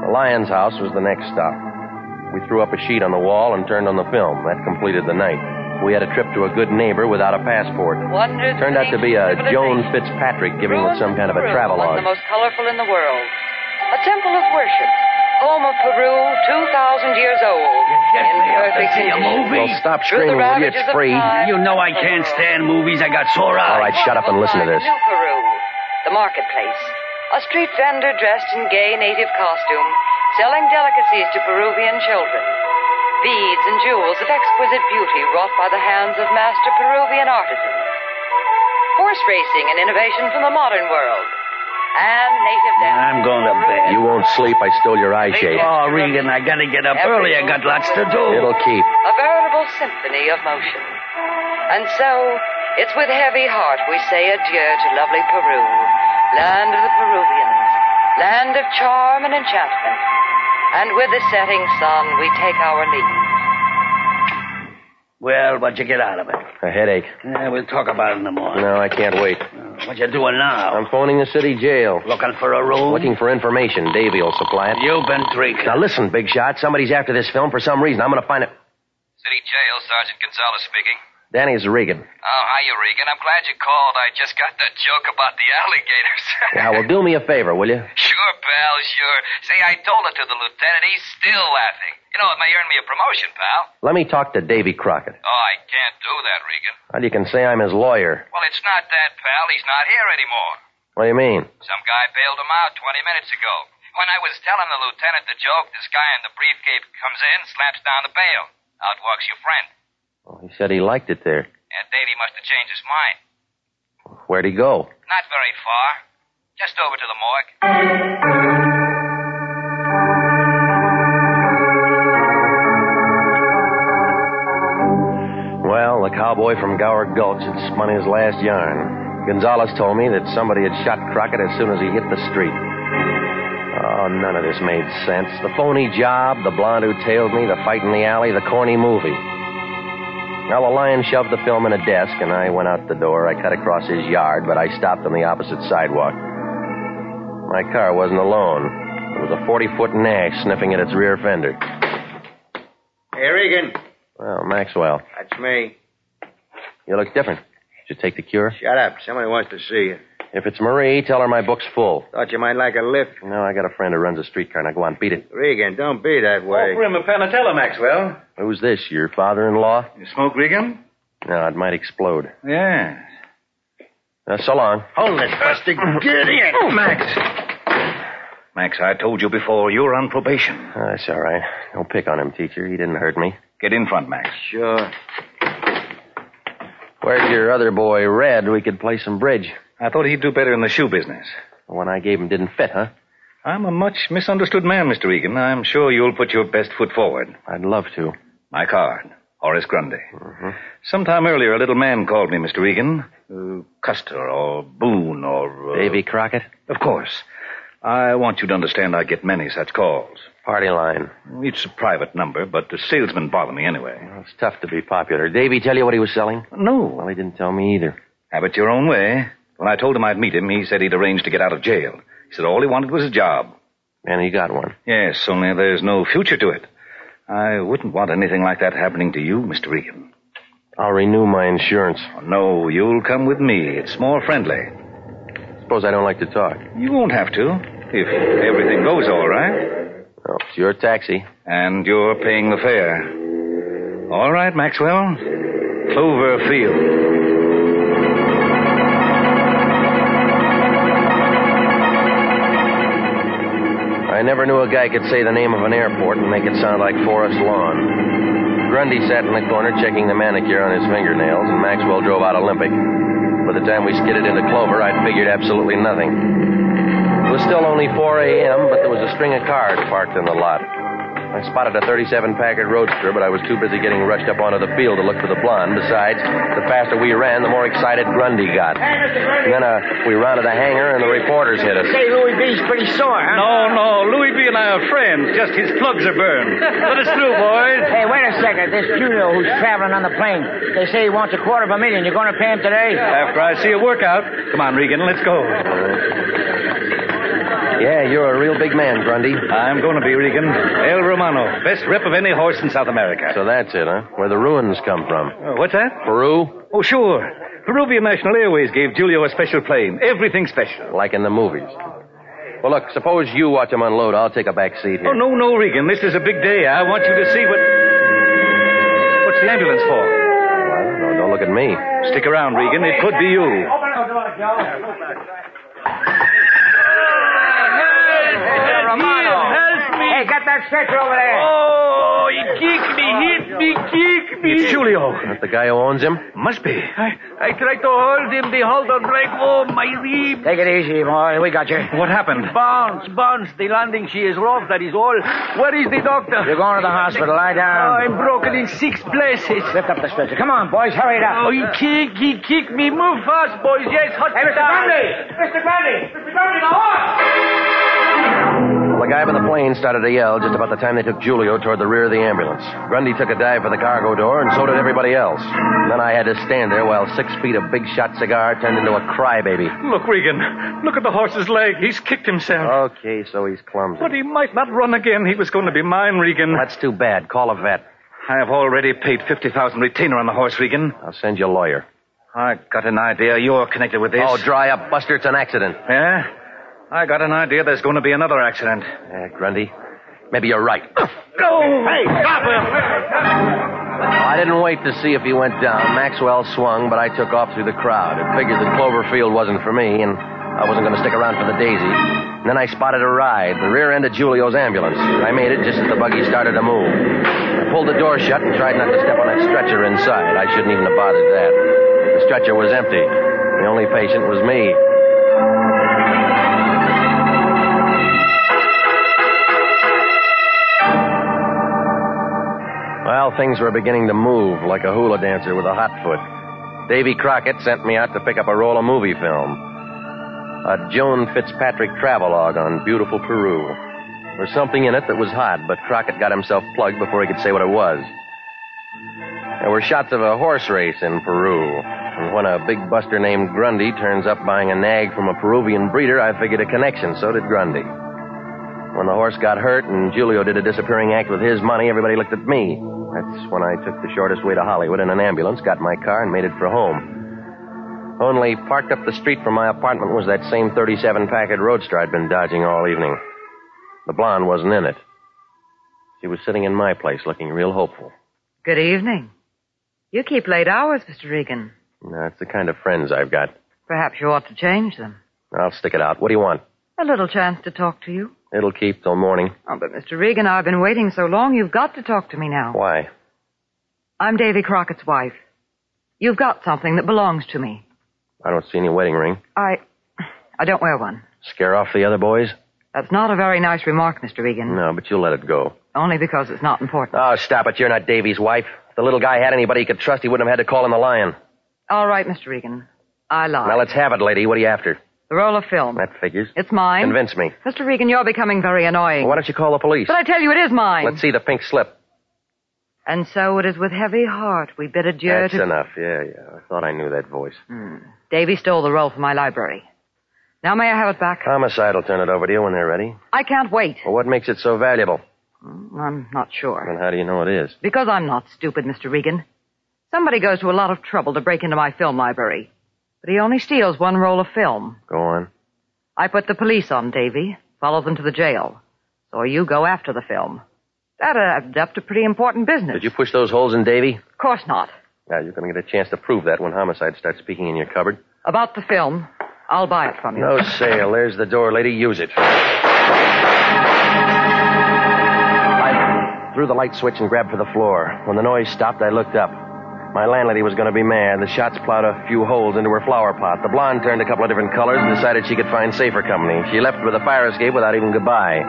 Speaker 16: The Lion's House was the next stop. We threw up a sheet on the wall and turned on the film. That completed the night. We had a trip to a good neighbor without a passport. Turned out to be a Joan Fitzpatrick giving with some kind of a
Speaker 22: One of the
Speaker 16: travelogue.
Speaker 22: most colorful in the world. A temple of worship. Home of Peru, 2,000 years old. In perfect condition.
Speaker 16: Well, stop
Speaker 22: Through the
Speaker 16: screaming, will you?
Speaker 22: ravages
Speaker 16: It's
Speaker 22: of
Speaker 16: free.
Speaker 22: time,
Speaker 18: You know I can't stand movies. I got sore eyes.
Speaker 16: All right, shut up and listen to this.
Speaker 22: New Peru, the marketplace. A street vendor dressed in gay native costume, selling delicacies to Peruvian children. Beads and jewels of exquisite beauty wrought by the hands of master Peruvian artisans. Horse racing, an innovation from the modern world. and native dances.
Speaker 21: I'm going to bed.
Speaker 16: You won't sleep. I stole your eye shade.
Speaker 21: Oh, Regan, I gotta get up
Speaker 22: Every
Speaker 21: early. I got lots to do.
Speaker 16: It'll keep.
Speaker 22: A veritable symphony of motion. And so, it's with heavy heart we say adieu to lovely Peru, land of the Peruvians, land of charm and enchantment. And with the setting sun, we take our leave.
Speaker 21: Well, what'd you get out of it?
Speaker 16: A headache.
Speaker 21: Eh, we'll talk about it in the morning.
Speaker 16: No, I can't wait.
Speaker 21: What you doing now?
Speaker 16: I'm phoning the city jail.
Speaker 21: Looking for a room?
Speaker 16: Looking for information. Davey will supply it.
Speaker 21: You've been drinking.
Speaker 16: Now listen, Big Shot. Somebody's after this film for some reason. I'm going to find it.
Speaker 23: City Jail, Sergeant Gonzalez speaking.
Speaker 16: Danny's Regan.
Speaker 23: Oh, hiya, Regan. I'm glad you called. I just got that joke about the alligators.
Speaker 16: Now, well, do me a favor, will you?
Speaker 23: sure, pal, sure. Say, I told it to the lieutenant. He's still laughing. You know, it may earn me a promotion, pal.
Speaker 16: Let me talk to Davy Crockett.
Speaker 23: Oh, I can't do that, Regan.
Speaker 16: Well, you can say I'm his lawyer.
Speaker 23: Well, it's not that, pal. He's not here anymore.
Speaker 16: What do you mean?
Speaker 23: Some guy bailed him out 20 minutes ago. When I was telling the lieutenant the joke, this guy in the briefcase comes in, slaps down the bail. Out walks your friend.
Speaker 16: Well, he said he liked it there.
Speaker 23: And Davy must have changed his mind.
Speaker 16: Where'd he go?
Speaker 23: Not very far. Just over to the morgue.
Speaker 16: Well, the cowboy from Gower Gulch had spun his last yarn. Gonzalez told me that somebody had shot Crockett as soon as he hit the street. Oh, none of this made sense. The phony job, the blonde who tailed me, the fight in the alley, the corny movie. Now, the lion shoved the film in a desk, and I went out the door. I cut across his yard, but I stopped on the opposite sidewalk. My car wasn't alone. It was a 40 foot nag sniffing at its rear fender.
Speaker 20: Hey, Regan.
Speaker 16: Well, Maxwell,
Speaker 20: That's me.
Speaker 16: you look different. Did you take the cure?
Speaker 20: Shut up. Somebody wants to see you.
Speaker 16: If it's Marie, tell her my book's full.
Speaker 20: Thought you might like a lift.
Speaker 16: No, I got a friend who runs a streetcar. Now, go on, beat it.
Speaker 20: Regan, don't be that way.
Speaker 17: Offer him a panatella, Maxwell.
Speaker 16: Who's this, your father in law?
Speaker 17: You smoke, Regan?
Speaker 16: No, it might explode.
Speaker 17: Yes.
Speaker 16: Now, so long.
Speaker 20: Hold it, Buster. Get in.
Speaker 17: Oh, Max. Max, I told you before, you're on probation.
Speaker 16: Oh, that's all right. Don't pick on him, teacher. He didn't hurt me.
Speaker 17: Get in front, Max.
Speaker 20: Sure.
Speaker 16: Where's your other boy, Red? We could play some bridge.
Speaker 17: I thought he'd do better in the shoe business.
Speaker 16: The one I gave him didn't fit, huh?
Speaker 17: I'm a much misunderstood man, Mr. Regan. I'm sure you'll put your best foot forward.
Speaker 16: I'd love to. Mm-hmm.
Speaker 17: My card, Horace Grundy. Sometime earlier, a little man called me, Mr. Regan. Uh, Custer or Boone or. Uh,
Speaker 16: Davy Crockett?
Speaker 17: Of course. I want you to understand I get many such calls.
Speaker 16: Party line.
Speaker 17: It's a private number, but the salesmen bother me anyway.
Speaker 16: Well, it's tough to be popular. Davy tell you what he was selling?
Speaker 17: No.
Speaker 16: Well, he didn't tell me either.
Speaker 17: Have it Ah, your own way. When I told him I'd meet him, he said he'd arranged to get out of jail. He said all he wanted was a job.
Speaker 16: And he got one.
Speaker 17: Yes, only there's no future to it. I wouldn't want anything like that happening to you, Mr. Regan.
Speaker 16: I'll renew my insurance.
Speaker 17: Oh, no, you'll come with me. It's more friendly.
Speaker 16: Suppose I don't like to talk.
Speaker 17: You won't have to, if everything goes all right.
Speaker 16: Well, it's your taxi.
Speaker 17: And you're paying the fare. All right, Maxwell. Clover Field.
Speaker 16: I never knew a guy could say the name of an airport and make it sound like Forest Lawn. Grundy sat in the corner checking the manicure on his fingernails, and Maxwell drove out Olympic. By the time we skidded into Clover, I'd figured absolutely nothing. It was still only 4 a.m., but there was a string of cars parked in the lot. I spotted a 37 Packard Roadster, but I was too busy getting rushed up onto the field to look for the blonde. Besides, the faster we ran, the more excited Grundy got. And then uh, we rounded a hangar, and the reporters hit us.
Speaker 19: Say, Louis B's pretty sore, huh?
Speaker 17: No, no. Louis B. and I are friends. Just his plugs are burned. Let us through, boys.
Speaker 19: Hey, wait a second. This Julio who's traveling on the plane, they say he wants a quarter of a million. You going to pay him today?
Speaker 17: After I see a workout. Come on, Regan, let's go.
Speaker 16: Yeah, you're a real big man, Grundy.
Speaker 17: I'm going to be Regan. El Romano, best rep of any horse in South America.
Speaker 16: So that's it, huh? Where the ruins come from.
Speaker 17: Uh, what's that?
Speaker 16: Peru?
Speaker 17: Oh, sure. Peruvian National Airways gave Julio a special plane. Everything special.
Speaker 16: Like in the movies. Well, look, suppose you watch him unload. I'll take a back seat here.
Speaker 17: Oh, no, no, Regan. This is a big day. I want you to see what. What's the ambulance for?
Speaker 16: I don't know. Don't look at me.
Speaker 17: Stick around, Regan. It could be you.
Speaker 19: Hey, got that
Speaker 4: that stretcher over there.
Speaker 18: Oh, he kicked me, hit me, kicked me.
Speaker 16: It's Julio. That's the guy who owns him?
Speaker 18: Must be. I, I tried to hold him. They hold on break. Oh, my rib.
Speaker 19: Take it easy, boy. We got you.
Speaker 16: What happened?
Speaker 18: Bounce, bounce. The landing she is rough. That is all. Where is the doctor?
Speaker 19: You're going to the hospital. Lie down.
Speaker 18: Oh, I'm broken in six places.
Speaker 19: Lift up the stretcher. Come on, boys. Hurry it up.
Speaker 18: Oh, he kicked. He kicked me. Move fast, boys. Yes, hot
Speaker 4: Hey, Mr. Grundy! Mr. Grundy! Mr. Grundy, the horse!
Speaker 16: The guy with the plane started to yell just about the time they took Julio toward the rear of the ambulance. Grundy took a dive for the cargo door, and so did everybody else. Then I had to stand there while six feet of big shot cigar turned into a crybaby.
Speaker 24: Look, Regan. Look at the horse's leg. He's kicked himself.
Speaker 16: Okay, so he's clumsy.
Speaker 24: But he might not run again. He was going to be mine, Regan.
Speaker 16: That's too bad. Call a vet.
Speaker 24: I have already paid 50000 retainer on the horse, Regan.
Speaker 16: I'll send you a lawyer.
Speaker 24: I got an idea you're connected with this.
Speaker 16: Oh, dry up, Buster. It's an accident.
Speaker 24: Yeah? I got an idea there's going to be another accident.
Speaker 16: Yeah, Eh, Grundy. Maybe you're right.
Speaker 24: Go!
Speaker 18: Hey, stop him!
Speaker 16: I didn't wait to see if he went down. Maxwell swung, but I took off through the crowd. I figured that Cloverfield wasn't for me, and I wasn't going to stick around for the daisy. And then I spotted a ride, the rear end of Julio's ambulance. I made it just as the buggy started to move. I pulled the door shut and tried not to step on that stretcher inside. I shouldn't even have bothered that. The stretcher was empty. The only patient was me. Well, things were beginning to move like a hula dancer with a hot foot. Davy Crockett sent me out to pick up a roll of movie film. A Joan Fitzpatrick travelogue on beautiful Peru. There was something in it that was hot, but Crockett got himself plugged before he could say what it was. There were shots of a horse race in Peru, and when a big buster named Grundy turns up buying a nag from a Peruvian breeder, I figured a connection. So did Grundy. When the horse got hurt and Julio did a disappearing act with his money, everybody looked at me. That's when I took the shortest way to Hollywood in an ambulance, got my car, and made it for home. Only parked up the street from my apartment was that same 37 Packard roadster I'd been dodging all evening. The blonde wasn't in it. She was sitting in my place looking real hopeful.
Speaker 25: Good evening. You keep late hours, Mr. Regan.
Speaker 16: That's the kind of friends I've got.
Speaker 25: Perhaps you ought to change them.
Speaker 16: I'll stick it out. What do you want?
Speaker 25: A little chance to talk to you.
Speaker 16: It'll keep till morning.
Speaker 25: Oh, but Mr. Regan, I've been waiting so long, you've got to talk to me now.
Speaker 16: Why?
Speaker 25: I'm Davy Crockett's wife. You've got something that belongs to me.
Speaker 16: I don't see any wedding ring.
Speaker 25: I. I don't wear one.
Speaker 16: Scare off the other boys?
Speaker 25: That's not a very nice remark, Mr. Regan.
Speaker 16: No, but you'll let it go.
Speaker 25: Only because it's not important.
Speaker 16: Oh, stop it. You're not Davy's wife. If the little guy had anybody he could trust, he wouldn't have had to call in the lion.
Speaker 25: All right, Mr. Regan. I lied.
Speaker 16: Now let's have it, lady. What are you after?
Speaker 25: Ah. The roll of film.
Speaker 16: That figures.
Speaker 25: It's mine.
Speaker 16: Convince me.
Speaker 25: Mr. Regan, you're becoming very annoying.
Speaker 16: Well, why don't you call the police?
Speaker 25: But I tell you, it is mine.
Speaker 16: Let's see the pink slip.
Speaker 25: And so it is with heavy heart we bid adieu
Speaker 16: That's
Speaker 25: to...
Speaker 16: enough. Yeah, yeah. I thought I knew that voice.
Speaker 25: Hmm. Davy stole the roll from my library. Now may I have it back?
Speaker 16: Homicide will turn it over to you when they're ready.
Speaker 25: I can't wait.
Speaker 16: Well, what makes it so valuable?
Speaker 25: I'm not sure.
Speaker 16: Then how do you know it is?
Speaker 25: Because I'm not stupid, Mr. Regan. Somebody goes to a lot of trouble to break into my film library. But he only steals one roll of film.
Speaker 16: Go on.
Speaker 25: I put the police on Davy, follow them to the jail. So you go after the film. That adds up to pretty important business.
Speaker 16: Did you push those holes in Davy?
Speaker 25: Of course not.
Speaker 16: Now, you're going to get a chance to prove that when Homicide starts speaking in your cupboard.
Speaker 25: About the film, I'll buy it from you.
Speaker 16: No sale. There's the door, lady. Use it. I threw the light switch and grabbed for the floor. When the noise stopped, I looked up. My landlady was going to be mad. The shots plowed a few holes into her flower pot. The blonde turned a couple of different colors and decided she could find safer company. She left with a fire escape without even goodbye.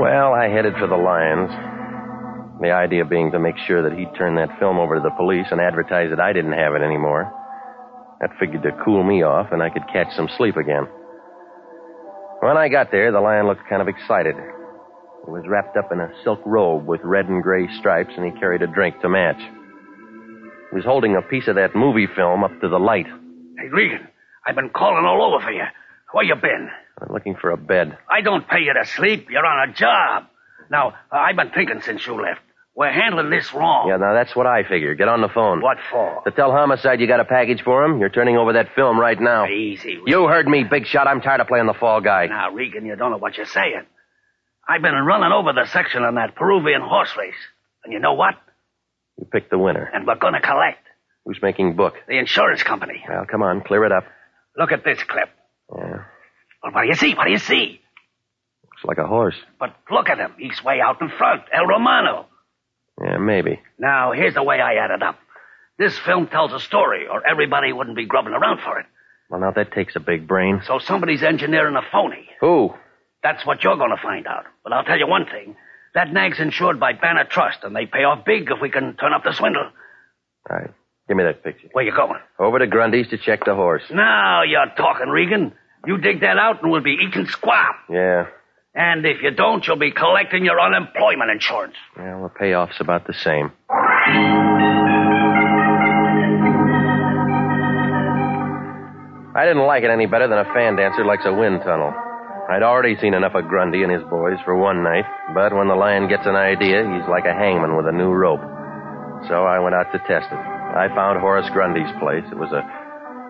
Speaker 16: Well, I headed for the Lions. The idea being to make sure that he'd turn that film over to the police and advertise that I didn't have it anymore. That figured to cool me off and I could catch some sleep again. When I got there, the lion looked kind of excited. He was wrapped up in a silk robe with red and gray stripes and he carried a drink to match. He was holding a piece of that movie film up to the light.
Speaker 24: Hey, Regan, I've been calling all over for you. Where you been?
Speaker 16: I'm looking for a bed.
Speaker 24: I don't pay you to sleep. You're on a job. Now, uh, I've been thinking since you left. We're handling this wrong.
Speaker 16: Yeah, now that's what I figure. Get on the phone.
Speaker 24: What for?
Speaker 16: To tell Homicide you got a package for him. You're turning over that film right now.
Speaker 24: Easy. Regan.
Speaker 16: You heard me, Big Shot. I'm tired of playing the fall guy.
Speaker 24: Now, Regan, you don't know what you're saying. I've been running over the section on that Peruvian horse race. And you know what?
Speaker 16: You picked the winner.
Speaker 24: And we're going to collect.
Speaker 16: Who's making book?
Speaker 24: The insurance company.
Speaker 16: Well, come on, clear it up.
Speaker 24: Look at this clip.
Speaker 16: Yeah.
Speaker 24: Well, what do you see? What do you see?
Speaker 16: Looks like a horse.
Speaker 24: But look at him. He's way out in front. El Romano.
Speaker 16: Yeah, maybe.
Speaker 24: Now, here's the way I add it up. This film tells a story, or everybody wouldn't be grubbing around for it.
Speaker 16: Well, now that takes a big brain.
Speaker 24: So somebody's engineering a phony.
Speaker 16: Who?
Speaker 24: That's what you're going to find out. But I'll tell you one thing. That nag's insured by Banner Trust, and they pay off big if we can turn up the swindle.
Speaker 16: All right. Give me that picture.
Speaker 24: Where you going?
Speaker 16: Over to Grundy's to check the horse.
Speaker 24: Now you're talking, Regan. You dig that out, and we'll be eating squab.
Speaker 16: Yeah.
Speaker 24: And if you don't, you'll be collecting your unemployment insurance.
Speaker 16: Well, the payoff's about the same. I didn't like it any better than a fan dancer likes a wind tunnel. I'd already seen enough of Grundy and his boys for one night, but when the lion gets an idea, he's like a hangman with a new rope. So I went out to test it. I found Horace Grundy's place. It was a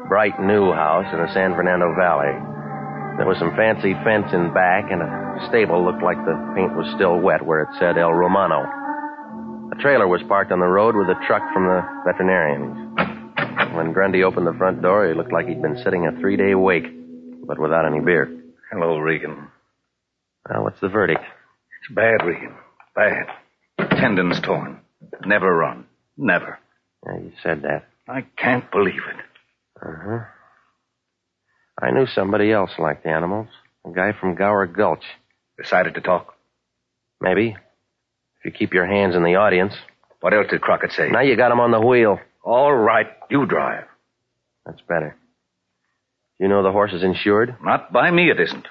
Speaker 16: bright new house in the San Fernando Valley. There was some fancy fence in back, and a stable looked like the paint was still wet where it said El Romano. A trailer was parked on the road with a truck from the veterinarians. When Grundy opened the front door, he looked like he'd been sitting a three day wake, but without any beer.
Speaker 26: Hello, Regan.
Speaker 16: Well, what's the verdict?
Speaker 26: It's bad, Regan. Bad. Tendons torn. Never run. Never.
Speaker 16: Yeah, you said that.
Speaker 26: I can't believe it.
Speaker 16: Uh huh. I knew somebody else liked animals. A guy from Gower Gulch.
Speaker 26: Decided to talk?
Speaker 16: Maybe. If you keep your hands in the audience.
Speaker 26: What else did Crockett say?
Speaker 16: Now you got him on the wheel.
Speaker 26: All right, you drive.
Speaker 16: That's better. You know the horse is insured?
Speaker 26: Not by me, it isn't.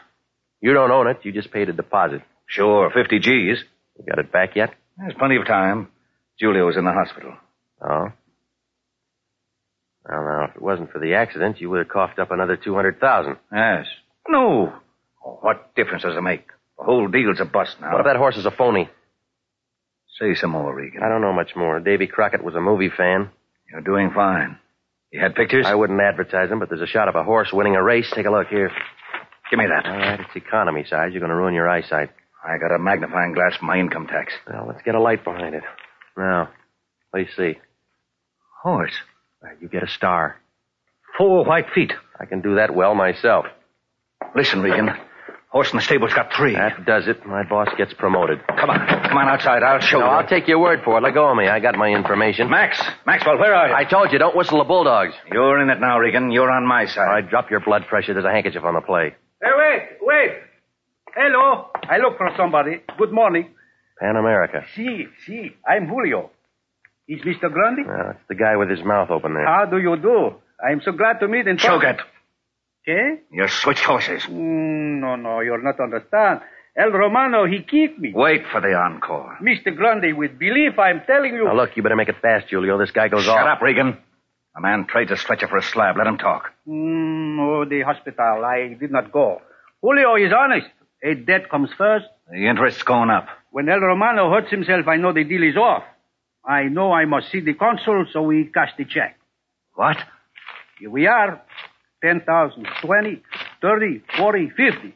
Speaker 16: You don't own it. You just paid a deposit.
Speaker 26: Sure, 50 G's.
Speaker 16: You got it back yet?
Speaker 26: There's plenty of time. Julia was in the hospital.
Speaker 16: Oh? Well, now, if it wasn't for the accident, you would have coughed up another 200000
Speaker 26: Yes. No. What difference does it make? The whole deal's a bust now.
Speaker 16: What if that horse is a phony?
Speaker 26: Say some more, Regan.
Speaker 16: I don't know much more. Davy Crockett was a movie fan.
Speaker 26: You're doing fine. You had pictures?
Speaker 16: I wouldn't advertise them, but there's a shot of a horse winning a race. Take a look here.
Speaker 26: Give me that.
Speaker 16: All right, it's economy size. You're going to ruin your eyesight.
Speaker 26: I got a magnifying glass for my income tax.
Speaker 16: Well, let's get a light behind it. Now, let us see.
Speaker 26: Horse.
Speaker 16: You get a star.
Speaker 26: Four white feet.
Speaker 16: I can do that well myself.
Speaker 26: Listen, Regan. Horse in the stable's got three.
Speaker 16: That does it. My boss gets promoted.
Speaker 26: Come on. Come on outside. I'll show
Speaker 16: no,
Speaker 26: you.
Speaker 16: I'll take your word for it. Let go of me. I got my information.
Speaker 26: Max. Maxwell, where are you?
Speaker 16: I told you, don't whistle the bulldogs.
Speaker 26: You're in it now, Regan. You're on my side.
Speaker 16: All right, drop your blood pressure. There's a handkerchief on the play.
Speaker 27: Hey, wait. Wait. Hello. I look for somebody. Good morning.
Speaker 16: Pan America.
Speaker 27: See, si, see. Si. I'm Julio. Is Mr. Grundy?
Speaker 16: No, it's the guy with his mouth open
Speaker 26: Uh,
Speaker 16: there.
Speaker 27: How do you do? I'm so glad to meet and
Speaker 26: talk. Chogat.
Speaker 27: Eh?
Speaker 26: You switched horses.
Speaker 27: Mm, no, no, you're not understand. El Romano, he kicked me.
Speaker 26: Wait for the encore.
Speaker 27: Mr. Grundy, with belief, I'm telling you.
Speaker 16: Now, look, you better make it fast, Julio. This guy goes
Speaker 26: Shut
Speaker 16: off.
Speaker 26: Shut up, Regan. A man trades a stretcher for a slab. Let him talk.
Speaker 27: Mm, oh, the hospital. I did not go. Julio is honest. A debt comes first.
Speaker 26: The interest's going up.
Speaker 27: When El Romano hurts himself, I know the deal is off. I know I must see the consul, so we cash the check.
Speaker 26: What?
Speaker 27: Here we are. ten thousand, twenty, thirty, forty, fifty.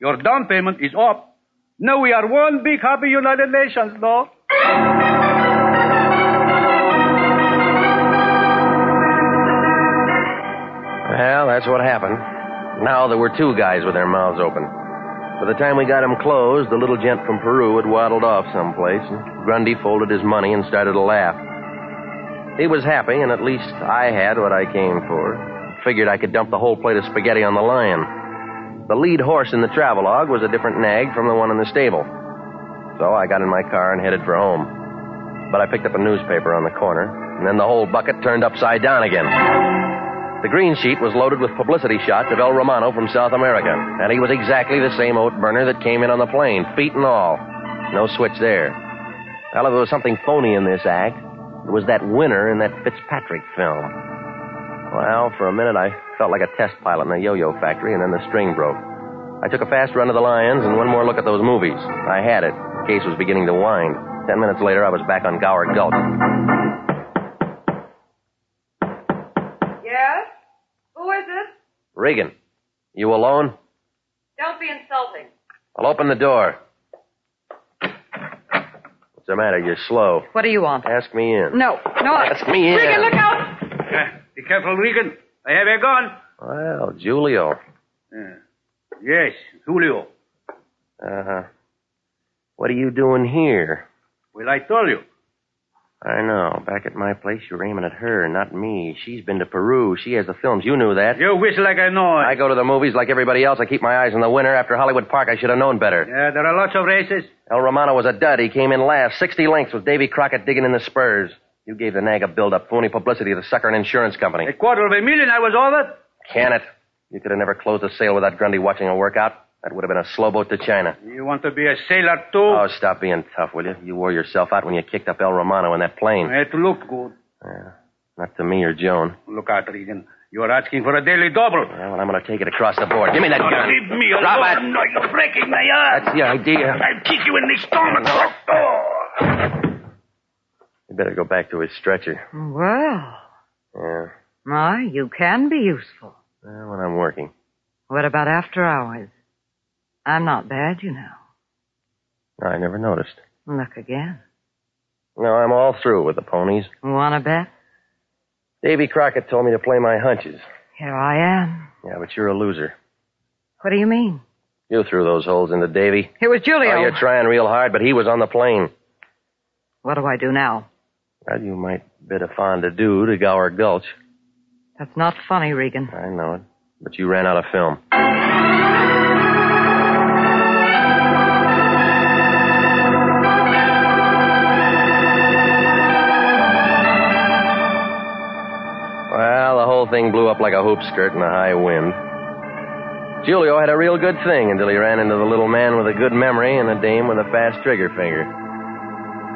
Speaker 27: Your down payment is up. Now we are one big happy United Nations, no?
Speaker 16: Well, that's what happened. Now there were two guys with their mouths open. By the time we got him closed, the little gent from Peru had waddled off someplace, and Grundy folded his money and started to laugh. He was happy, and at least I had what I came for. Figured I could dump the whole plate of spaghetti on the lion. The lead horse in the travelogue was a different nag from the one in the stable. So I got in my car and headed for home. But I picked up a newspaper on the corner, and then the whole bucket turned upside down again. The green sheet was loaded with publicity shots of El Romano from South America, and he was exactly the same oat burner that came in on the plane, feet and all. No switch there. Well, if there was something phony in this act, it was that winner in that Fitzpatrick film. Well, for a minute I felt like a test pilot in a yo-yo factory, and then the string broke. I took a fast run to the Lions and one more look at those movies. I had it. The case was beginning to wind. Ten minutes later, I was back on Gower Gulch. Regan, you alone?
Speaker 7: Don't be insulting.
Speaker 16: I'll open the door. What's the matter? You're slow.
Speaker 25: What do you want?
Speaker 16: Ask me in.
Speaker 25: No, no.
Speaker 16: Ask me in.
Speaker 25: Regan, look out!
Speaker 27: Uh, be careful, Regan. I have a gun.
Speaker 16: Well, Julio.
Speaker 27: Uh, yes, Julio.
Speaker 16: Uh huh. What are you doing here?
Speaker 27: Well, I told you.
Speaker 16: I know. Back at my place, you're aiming at her, not me. She's been to Peru. She has the films. You knew that.
Speaker 27: You wish like I know.
Speaker 16: I go to the movies like everybody else. I keep my eyes on the winner. After Hollywood Park, I should have known better.
Speaker 27: Yeah, Uh, there are lots of races.
Speaker 16: El Romano was a dud. He came in last, 60 lengths with Davy Crockett digging in the spurs. You gave the nag a build-up, phony publicity to the sucker and insurance company.
Speaker 27: A quarter of a million I was over.
Speaker 16: Can it? You could have never closed a sale without Grundy watching a workout. That would have been a slow boat to China.
Speaker 27: You want to be a sailor too? Oh,
Speaker 16: stop being tough, will you? You wore yourself out when you kicked up El Romano in that plane.
Speaker 27: It looked good.
Speaker 16: Yeah. Not to me or Joan.
Speaker 27: Look out, Regan. You're asking for a daily double.
Speaker 16: Well, I'm going to take it across the board. Give me that
Speaker 21: oh,
Speaker 16: gun.
Speaker 21: Leave me alone.
Speaker 16: Robert.
Speaker 21: No, you're breaking my arm.
Speaker 16: That's the idea.
Speaker 21: I'll kick you in the stomach.
Speaker 16: No.
Speaker 21: Oh.
Speaker 16: You better go back to his stretcher.
Speaker 25: Well,
Speaker 16: Yeah.
Speaker 25: my, you can be useful.
Speaker 16: Well, when I'm working.
Speaker 25: What about after hours? I'm not bad, you know.
Speaker 16: I never noticed.
Speaker 25: Look again.
Speaker 16: No, I'm all through with the ponies.
Speaker 25: Wanna bet?
Speaker 16: Davy Crockett told me to play my hunches.
Speaker 25: Here I am.
Speaker 16: Yeah, but you're a loser.
Speaker 25: What do you mean?
Speaker 16: You threw those holes into Davy.
Speaker 25: It was Julio.
Speaker 16: Oh, you're trying real hard, but he was on the plane.
Speaker 25: What do I do now?
Speaker 16: Well, you might bid a fond adieu to Gower Gulch.
Speaker 25: That's not funny, Regan.
Speaker 16: I know it, but you ran out of film. Well, the whole thing blew up like a hoop skirt in a high wind. Julio had a real good thing until he ran into the little man with a good memory and a dame with a fast trigger finger.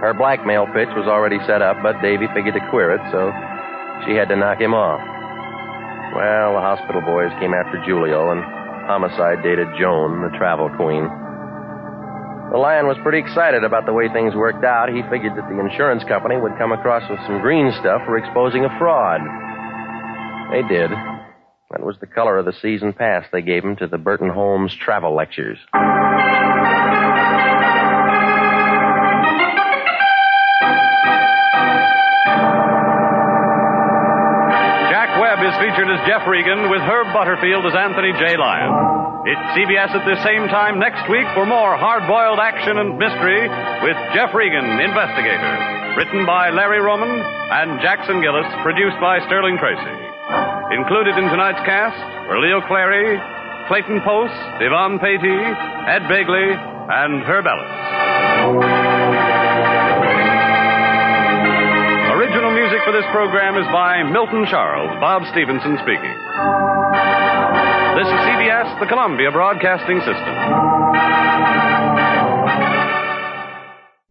Speaker 16: Her blackmail pitch was already set up, but Davy figured to queer it, so she had to knock him off. Well, the hospital boys came after Julio, and homicide dated Joan, the travel queen. The lion was pretty excited about the way things worked out. He figured that the insurance company would come across with some green stuff for exposing a fraud. They did. That was the color of the season pass they gave him to the Burton Holmes travel lectures.
Speaker 17: Jack Webb is featured as Jeff Regan with Herb Butterfield as Anthony J. Lyon. It's CBS at this same time next week for more hard boiled action and mystery with Jeff Regan, Investigator. Written by Larry Roman and Jackson Gillis, produced by Sterling Tracy. Included in tonight's cast were Leo Clary, Clayton Post, Yvonne Patey, Ed Bagley, and Herb Ellis. Original music for this program is by Milton Charles, Bob Stevenson speaking. This is CBS, the Columbia Broadcasting System.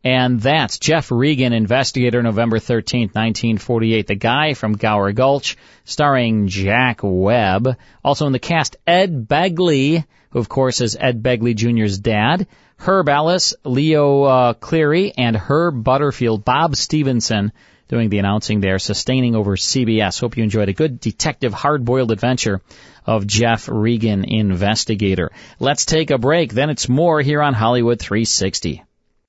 Speaker 8: And that's Jeff Regan, Investigator, November 13th, 1948. The guy from Gower Gulch, starring Jack Webb. Also in the cast, Ed Begley, who of course is Ed Begley Jr.'s dad. Herb Ellis, Leo uh, Cleary, and Herb Butterfield, Bob Stevenson doing the announcing there, sustaining over CBS. Hope you enjoyed a good detective hard-boiled adventure of Jeff Regan, Investigator. Let's take a break. Then it's more here on Hollywood 360.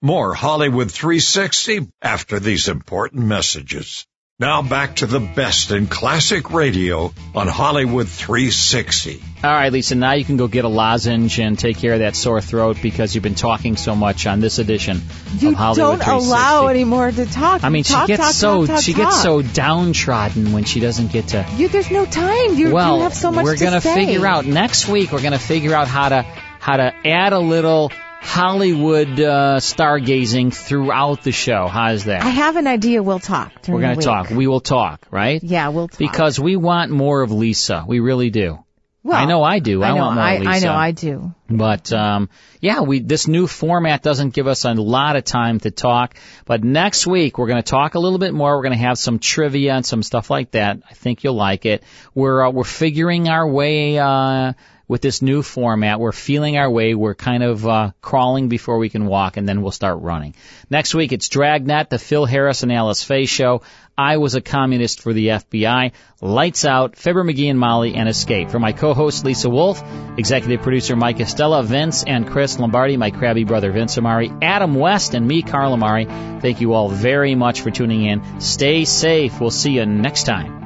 Speaker 15: More Hollywood 360 after these important messages. Now back to the best in classic radio on Hollywood 360.
Speaker 8: All right, Lisa, now you can go get a lozenge and take care of that sore throat because you've been talking so much on this edition
Speaker 9: You
Speaker 8: of Hollywood
Speaker 9: don't
Speaker 8: 360.
Speaker 9: allow anymore to talk.
Speaker 8: I mean,
Speaker 9: Talk,
Speaker 8: she gets
Speaker 9: talk,
Speaker 8: so
Speaker 9: talk, talk,
Speaker 8: she gets
Speaker 9: talk.
Speaker 8: so downtrodden when she doesn't get to.
Speaker 9: You, there's no time. You,
Speaker 8: well,
Speaker 9: you have so much
Speaker 8: we're
Speaker 9: to
Speaker 8: gonna
Speaker 9: say.
Speaker 8: figure out next week. We're gonna figure out how to how to add a little Hollywood uh, stargazing throughout the show. How's that?
Speaker 9: I have an idea. We'll talk. During
Speaker 8: we're
Speaker 9: going
Speaker 8: gonna
Speaker 9: to
Speaker 8: talk. We will talk, right?
Speaker 9: Yeah, we'll talk.
Speaker 8: Because we want more of Lisa. We really do.
Speaker 9: Well,
Speaker 8: I know I do. I,
Speaker 9: I know.
Speaker 8: want more
Speaker 9: I,
Speaker 8: of Lisa.
Speaker 9: I know. I do.
Speaker 8: But um, yeah, we this new format doesn't give us a lot of time to talk. But next week we're going to talk a little bit more. We're going to have some trivia and some stuff like that. I think you'll like it. We're uh, we're figuring our way uh, with this new format. We're feeling our way. We're kind of uh, crawling before we can walk, and then we'll start running. Next week it's Dragnet, the Phil Harris and Alice Faye show. I was a communist for the FBI. Lights out, Fibber McGee and Molly, and Escape. For my co-host Lisa Wolf, executive producer Mike Estella, Vince and Chris Lombardi, my crabby brother Vince Amari, Adam West, and me, Carl Amari. Thank you all very much for tuning in. Stay safe. We'll see you next time.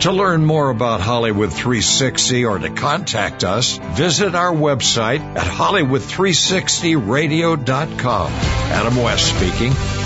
Speaker 15: To learn more about Hollywood 360 or to contact us, visit our website at Hollywood360radio.com. Adam West speaking.